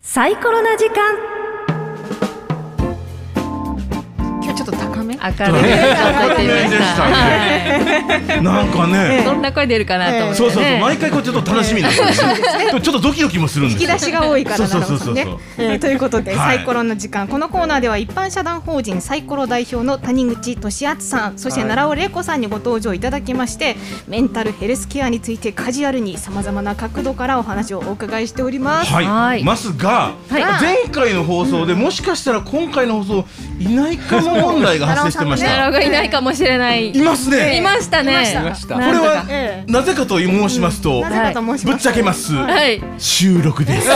サイコロな時間今日ちょっと高め。明るい状態と言いました。残はいなんかね、どんな声出るかなと思って。そうそうそう、ね毎回これちょっと楽しみなんですよ、でもちょっとドキドキもするん引ですきよ出しが多いからそなうるほそうそどうそね。うえーということで、はサいイコロの時間このコーナーでは一般社団法人サイコロ代表の谷口俊敦さんそしてはい奈良尾玲子さんにご登場いただきまして、メンタルヘルスケアについてカジュアルにさまざまな角度からお話をお伺いしております。はい、はいますが、はい前回の放送でもしかしたら今回の放送いないかも問題が発生してまし奈良た。がいないかもしれない。いますいね。ましたね。いましたいましたこなれんとかはなぜかと申しますとな、ぜかと申しぶっますちゃけます。はい。収録です。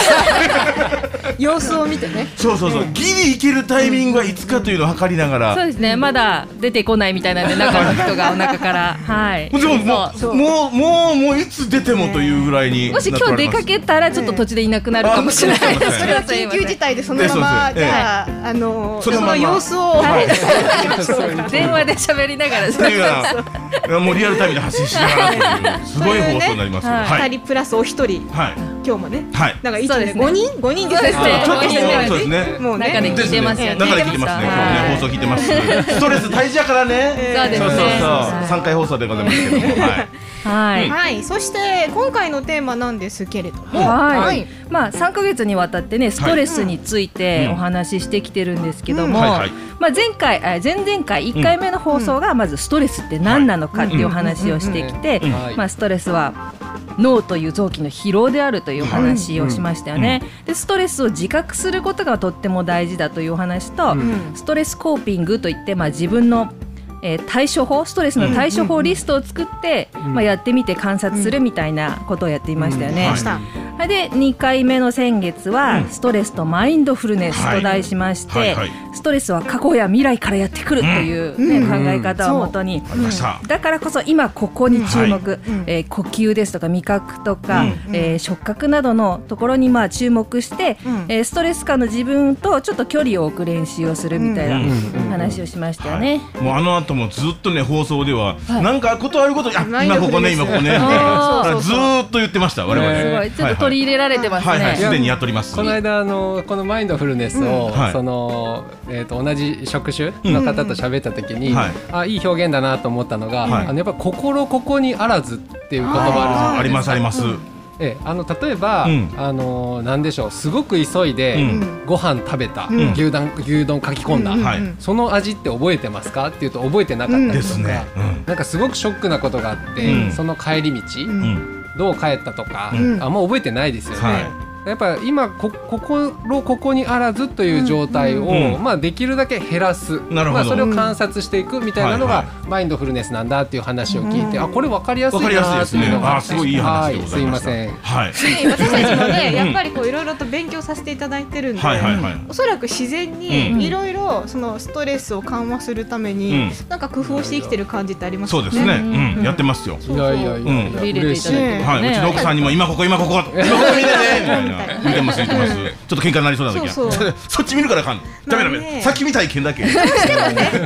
様子を見てね。そうそうそう、ギリいけるタイミングはいつかというのを測りながらそう。ですね。まだ出てこないみたいなんで、中の人がお腹から。はい。でももそううもうもうもういつ出てもというぐらいに。もし今日出かけたら、ちょっと途中でいなくなるかもしれ ないですあそけどれは。緊急事態でそのえままそじうですねゃあ、あのそそののまま様子を、はい電話で喋りながら。っていうのはもうリアルタイムで発信しながらというすごい放送になりますよ。そういうねは二い人プラスお一人はい今日もね。はい。なんか一そう応でねすね五人五人ですねそうですねちょっとそうですね。もうね。中で聞いてますよね。中で聞いてますね。今日ね放送聞いてます。ストレス大事やからね。そうですそうそうそうね。。三回放送でございますけども。はい。はい。はい、そして今回のテーマなんですけれども、はい、はいまあ3ヶ月にわたってねストレスについてうんお話ししてきてるんですけどうんも、はいはいまあ前回えー前々回1回目の放送がまずストレスって何なのかっていうお話をしてきて、うんはいまあストレスは脳という臓器の疲労であるというお話をしましたよね。でストレスを自覚することがとっても大事だというお話と、うんストレスコーピングといってまあ自分のえー対処法ストレスの対処法リストを作って、まあ、やってみて観察するみたいなことをやっていましたよね。うんました。はいで2回目の先月は「ストレスとマインドフルネス」と題しまして、はいはいはいストレスは過去や未来からやってくるという、ねん考え方をもとに、ありました。だからこそ今ここに注目、はいうんえー呼吸ですとか味覚とか、うんえー触覚などのところにまあ注目して、うんえーストレス下の自分とちょっと距離を置く練習をするみたいなうん話をしましたよはいね。もうあの後もずっとね放送ではなんかことあることにあマイン今ドこフこルねネス今ここねみたいあーなずーっと言ってました我々。ねすごいちょっと取り入れられてますね。はいはいすでにやっております。この間あのこのマインドフルネスを、んはいそのえっ、と同じ職種の方と喋った時に、うんはいあいい表現だなと思ったのが、はいあのやっぱ心ここにあらずっていう言葉あありるじゃないまですすか。あります。ええあの例えば、うんあのなんでしょうすごく急いで、うんご飯食べた、ん牛丼牛丼書き込んだ、んはいその味って覚えてますかって言うと覚えてなかったりとか、ですね。なんかすごくショックなことがあって、うんその帰り道、うんううんどう帰ったとか、うんあんま覚えてないですよね。はやっぱ今こ心ここにあらずという状態を、うんうんまあ、できるだけ減らすなるほどまあ、それを観察していくみたいなのはがい、マインドフルネスなんだっていう話を聞いて、あこれ分かりやすいわかりやすいなでってすいうね。のがあーすごいいい話でございました。はすいまはい。私たちもね、やっぱりこういろいろと勉強させていただいてるんで、はいはいはい。おそらく自然うんにいろいろそのストレスを緩和せるために、うなんか工夫をして生きてる感じってありますそようね。ですね。うんやってますよ。せんいやいやいやいや、取り入れていただいてうねんはい、うちの奥さんにも今ここ今ここ今ここ見てねみたいな見てます見てますちょっと喧嘩になりそうな時はそうそう そっち見るからあかんダメダまあメねさっき見たい剣だけね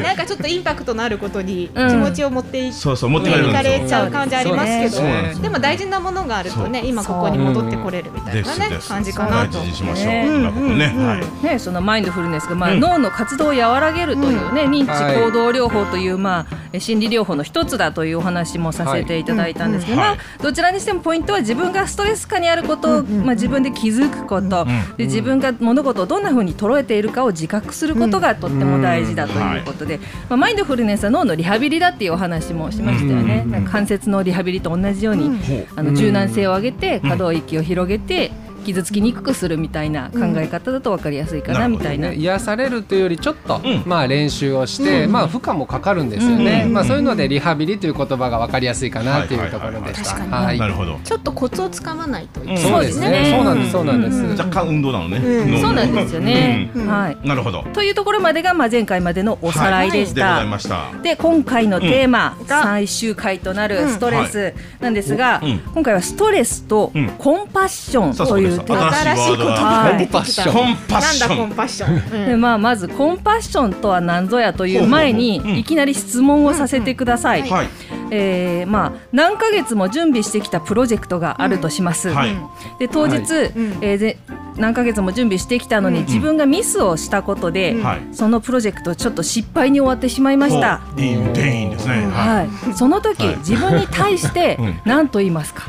なんかちょっとインパクトのあることに気うん持ちを持っていく。そうそう持ってかれる行んかでれすちゃう感じありますけそうなんですど、でも大事なものがあるとね、今ここに戻ってこれるみたよいでなすねです感じかな大と事。にしましょうね今ここねはいね、そのマインドフルネスが、まあうん脳の活動を和らげるというね、認知行動療法という、まあ、え心理療法の一つだというお話もさせていただいたんですけど、はいまあ、どちらにしてもポイントは自分がストレス下にあることを、まあ、自分で気づくこと、んで自分が物事をどんなふうに捉えているかを自覚することがとっても大事だということで、まあ、マインドフルネスは脳のリハビリだっていうお話もしましたよね。なんか関節のリハビリと同じように、ほうあの柔軟性を上げて可動域を広げて傷つきにくくするみたいな考え方だと分かりやすいかなうんみたいな。ね癒されるというよりちょっと、んまあ、練習をして、まあ、負荷もかかるんですよね、うんまあ、そういうのでリハビリという言葉が分かりやすいかなというところでした。はいはなるほどちょっとコツをつかまないと。うんそうですね。そうなんです。そうなんです。若干運動なのねうん脳のそうなんですよね。うんはい。なるほどというところまでがまあ前回までのおさらいでしでごた。ざいましたで今回のテーマ、最終回となるストレスなんですが、うん今回はストレスとうんコンパッションさあそとういですうテーマ、新しいワードはがいコンパッションコンパなッんシだコョンンパッション。でまあ、まずコンパッションとは何ぞやという前にほうほうほううんいきなり質問をさせてください。はいえーまあ、何ヶ月も準備してきたプロジェクトがあるとします、はいで当日、はいうんえーぜ何ヶ月も準備してきたのに、うん自分がミスをしたことで、うんはいそのプロジェクトちょっと失敗に終わってしまいました。ほういい店員ですね。ははい、その時、はい自分に対してうん何と言いますか、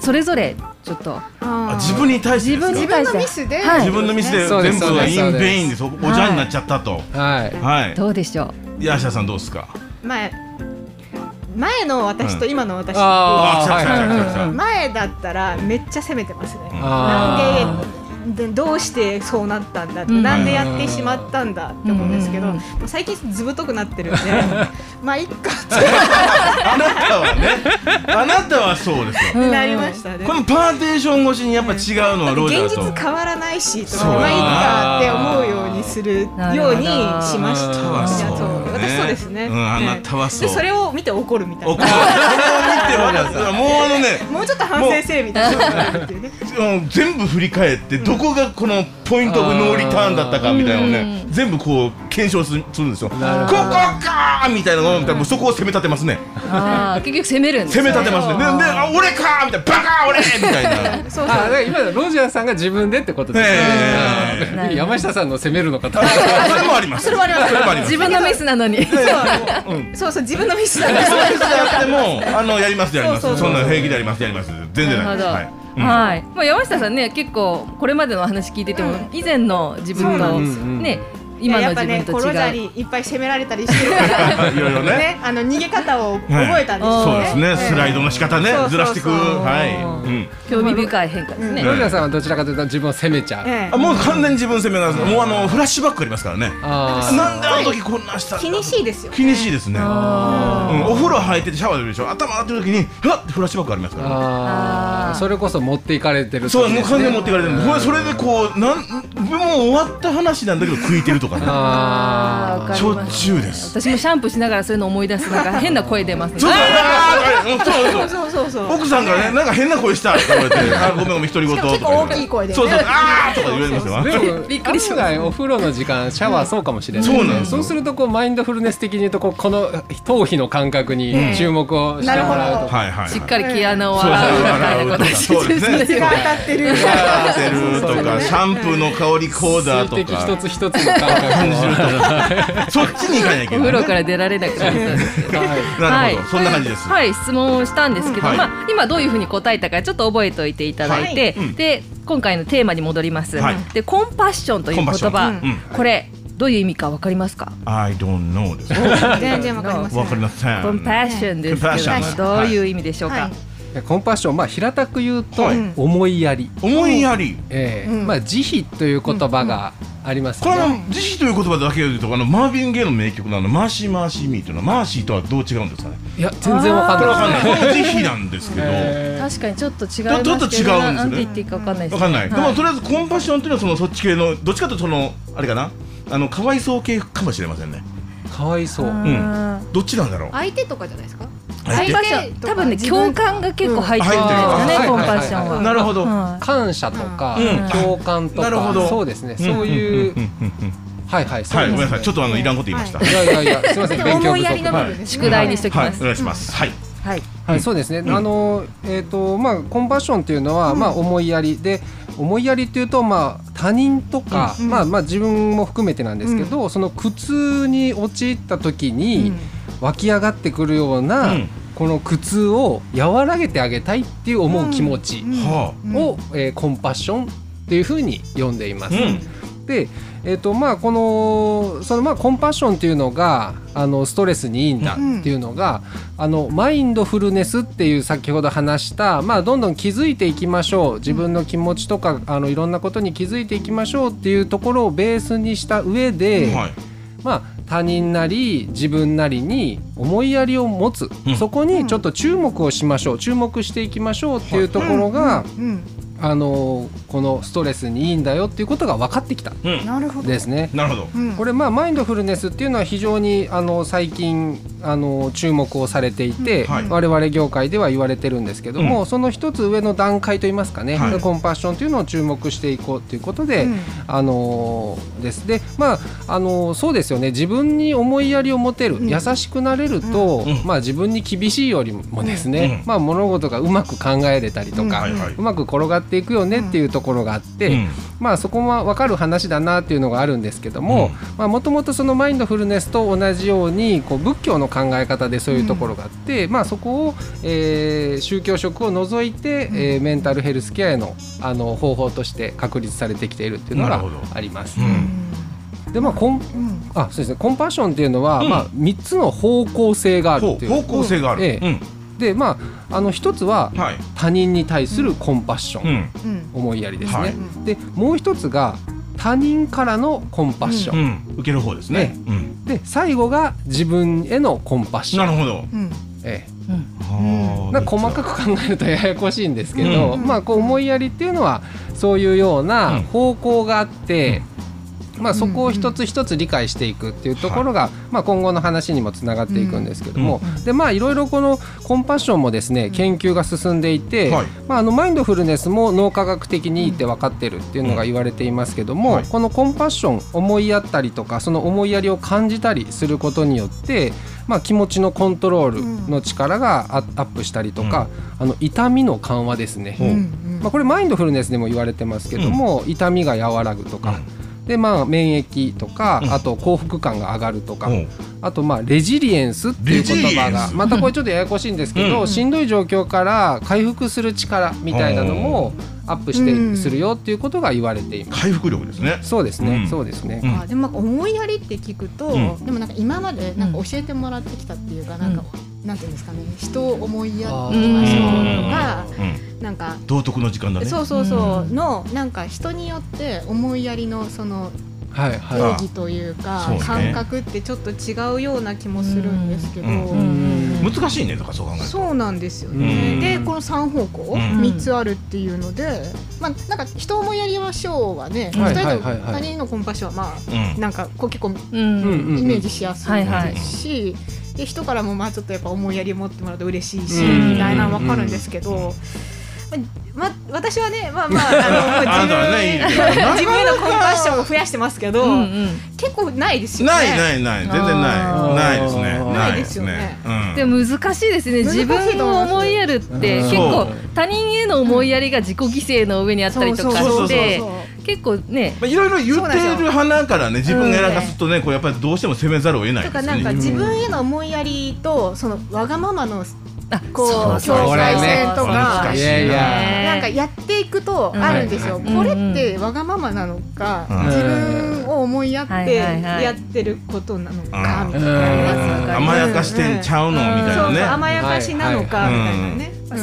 それぞれちょっとい。ああー自分に対してですか自分自に分のミスで、はい自分のミスでそうで全す部そうがでイすそうンですベインです。おおじゃんになっちゃったと。はい。はい。どうでしょういや、芦田さんどうですか。前前の私と今の私、あああ、はい来た来た来た来たうんうんうん前だったらめっちゃ責めてますね。なあんででどうしてそうなったんだ、うんなんでやってしまったんだって思うんですけど、うん最近ずぶとくなってるんでまあいっかあなたはね。あなたはそうですっよ。てなりましたね。このパーテーション越しにやっぱ違うのはロジャ現ーと。実変わらないしそうまあいいかって思うようにするよなるほうどにしました。あなたはそうそう私そうですね。うんあなたはそでうそれを見て怒るみたいおこな。それを見てもうあのね。もうちょっと反省せえみたいな。っていうねうん全部振り返ってどこがこのポイントオブノーリターンだったかみたいなのをね全部こう検証するするんですよここなるほどかーみたいなのを見たらもうそこを攻め立てますねあー結局攻めるんです攻ねめ立てますねでであ俺かーみたいなバカー俺みたいなそうそう。あ、だから今のロジャーさんが自分でってことですねえなるほ。ど山下さんの責めるのかと。それもありますそれもあります自分のミスなのにうんそうそう自分のミスだそかうらいう人であってもあのやりますやりますそうそうそそうんなの平気でやりますやります全然なないるほですど。ははいい。うんまあ山下さんね結構これまでのお話聞いてても以前の自分そうなとんですよね今のやっぱ自分ねとコロジャ違う。にいっぱい責められたりしてるからいろいろねねあの逃げ方を覚えたんですそうよでね。すねスライドの仕方ねそうそうそうずらしていくはいうん興味深い変化ですね。ロジャーさんはどちらかというと自分を責めちゃう。ええあもう完全に自分攻めなんですもうあのフラッシュバックありますからねあーなんであの時こんなんしたんだ気にしいですよ。気にしいですね、うん、あお風呂入っててシャワーでるでしょ頭洗ってる時にふわってフラッシュバックありますからああーーそれこそ持っていかれてるってそこう、ともでうすね完全に持っていかれてるんでそれでこうなんもう終わった話なんだけど食いてるとかねああーわかしりょまっすちゅうです私もシャンプーしながらそういうの思い出すなんか変な声出ますねそうそうあーそそうそそうううそうそうそう。奥さんがね、なんか変な声したって言われて、あー、ごめんごめん、独り言とか言われて。しかも結構大きい声でねそうそう、あーとか言われましたよ。ーでもびっくりしました案外お風呂の時間シャワーそうかもしれない、そうなんですよそうするとこうマインドフルネス的に言うとこうこの頭皮の感覚に注目をしてもらうとか、はいはいはい。しっかり毛穴を洗うみたいなことそうそう洗うとかそうですね血が当たってる。やってるとか、シャンプーの香りこうだと水滴一か。つ一つの感覚を感じるとか。そっちに行かなきゃい けおな風い呂ね。から出られなくなったんですけど。はいなはるいほど、そんな感じです。はい、質問をしたんですけど、はいまあ、今どういうふうに答えたか、ちょっと覚えておいていただいて、はいうんで、今回のテーマに戻ります。はいで、コンパッションという言コンパッ葉、ションうんこれ、どういう意味かわかりますか。 I don't know です。全然わかりません。わかりません。コンパッションですけコンパッどションも、どういう意味でしょうはかい。いやコンパッション、まあ、平たく言うとはい思いやり、思いやり。ええうんまあ、慈悲という言葉がありますこよれね、は慈悲という言葉だけで言うと、あのマーヴィン・ゲイの名曲のあのマーシー・マーシー・ミーというのはマーシーとはどう違うんですかね。いや全然わかんこれわなかいんない。こですれも慈悲なんですけど。え確かにちょっと違いますけどちょっと違うんですよねななんんて言てっ言ってていいかわかんないです。わかんない。でもとりあえずコンパッションというのはそのそっち系のどっちかというとそのあれかな。あのかわいそう系かもしれませんね。ーかわいそう、うん。どっちなんだろう。相手とかじゃないですか。相手多相分ね、共感が結構入ってるんですよね、うんコンパッションは。なるほどは感謝とか、うん共感となか、るほどそうですねそういんう,、うんうんうんはいはいそうはい、ですごめねんなさい。ちょっとあのいらんこと言いました。はいい、やいやいやすみません勉強思不いや足りの部分ですね。宿題にしときはいまおす。願いします。はい。はい。はい、そうですね、あのえっ、とまあコンパッションっていうのは、まあ思いやりで思いやりっていうとまあ他人とか、まあまあ自分も含めてなんですけど、その苦痛に陥った時に、湧き上がってくるような、うんこの苦痛を和らげてあげたいっていう思う気持ちはを、えーコンパッションっていうふうに呼んでいまあ。うす。ん。で、えーとまあ、このその、まあ、コンパッションっていうのがあのストレスにいいんだっていうのが、あのマインドフルネスっていう先ほど話した、まあ、どんどん気づいていきましょう自分の気持ちとかあのいろんなことに気づいていきましょうっていうところをベースにした上で、はい。まあ、他人なり自分なりに思いやりを持つ、うんそこにちょっと注目をしましょう注目していきましょうっていうところが、うん。あのこのストレスにいいんだよっていうことが分かってきたうんなるほどですね。なるほどうんこれまあマインドフルネスっていうのは非常にあの最近あの注目をされていて、うんはい我々業界では言われてるんですけども、その一つ上の段階といいますかね、はいコンパッションというのを注目していこうということで、うんあのですでまああのそうですよね自分に思いやりを持てる、ん優しくなれると、うんまあ自分に厳しいよりもですね、うまあ物事がうまく考えれたりとか、はういはいうまく転がっていくよねっていうところがあって。うんまあ、そこは分かる話だなっていうのがあるんですけどももともとそのマインドフルネスと同じようにこう仏教の考え方でそういうところがあって、まあ、そこを、えー宗教色を除いて、えーメンタルヘルスケアへのあの方法として確立されてきているっていうのながるほどあります。うんでまあコンうんあそうですね、コンパッションっていうのは、うんまあ、3つの方向性があるそっうてい方う向性があるええうんで、まあ、あの1つははい他人に対するコンパッション、うんうん思いやりですね、はいでもう一つが他人からのコンパッショうン、ん受ける方ですねうんで最後が自分へのコンパッショなンるほどうんええあーなんか細かく考えるとややこしいんですけど、うんまあこう思いやりっていうのはそういうよううなん方向があって、まあそこを一つ一つ理解していくっていうところが、まあ今後の話にもつながっていくんですけども、でまあいろいろこのコンパッションもですね研究が進んでいて、はいまあ、あのマインドフルネスも脳科学的にいいって分かってるっていうのが言われていますけども、うんはいこのコンパッション思いやったりとかその思いやりを感じたりすることによって、まあ、気持ちのコントロールの力がアッアップしたりとか、あの痛みの緩和ですね、うんうんまあ、これマインドフルネスでも言われてますけども、痛みが和らぐとか、でまあ、免疫とか、うんあと幸福感が上がるとか、うんあとまあレジリエンスっていレう言葉ジリエンがスまたこれちょっとややこしいんですけど、うしんどい状況から回復する力みたいなのもアップして、うんするよっていうことが言われています。回復力ですねそうですね、うんそうですね。うんあでもなんか思いやりって聞くと、うんでもなんか今までなんか教えてもらってきたっていうか、なんかなんていうんですかね人を思いやってうましょうとんかうんなんか道徳の時間だねそうそうそうのなんか人によって思いやりのそのはい定は義というかそうね感覚ってちょっと違うような気もするんですけど、うんい。うん難しいねとかそう考えるとそうなんですようんね。でこの3方う向、ん三3つあるっていうので、まあ、なんか人思いやりましょうはね、はい二人とはいはいはい他人のコンパッションはまあうんなんかこう結構イうんうんうんメージしやすいはいはいですし、で人からもまあちょっとやっぱ思いやり持ってもらうと嬉しいし、うんみたいなの分かるんですけど。まあまあ私はね、まあまあ、あのあな自たはねいいけど分 自分へのコンパッションを増やしてますけど、うんうん結構ないですよね。ないないない全然あないーないですねないですよねないでですねも難しいですね難し自いと思います分を思いやるってうん結構そう他人への思いやりが自己犠牲の上にあったりとかそうそうそうそうして結構ねうんまあいろいろ言ってる花からね自分がやらかすとねこうやっぱりどうしても責めざるを得ないとでかすなんかね自分への思いやりとそのわがままのあこうそうそう境界線とか難しい。いいやいや。なんかやっていくとあるんですよ、うんはいこはれいってわがままなのか、うん自分を思いやっはいてはいはいやってることなのうかんみたいな、うんやつ甘やかしてんちゃうのみそたいうそうなね甘やかしなのかみたいなね、はうんそ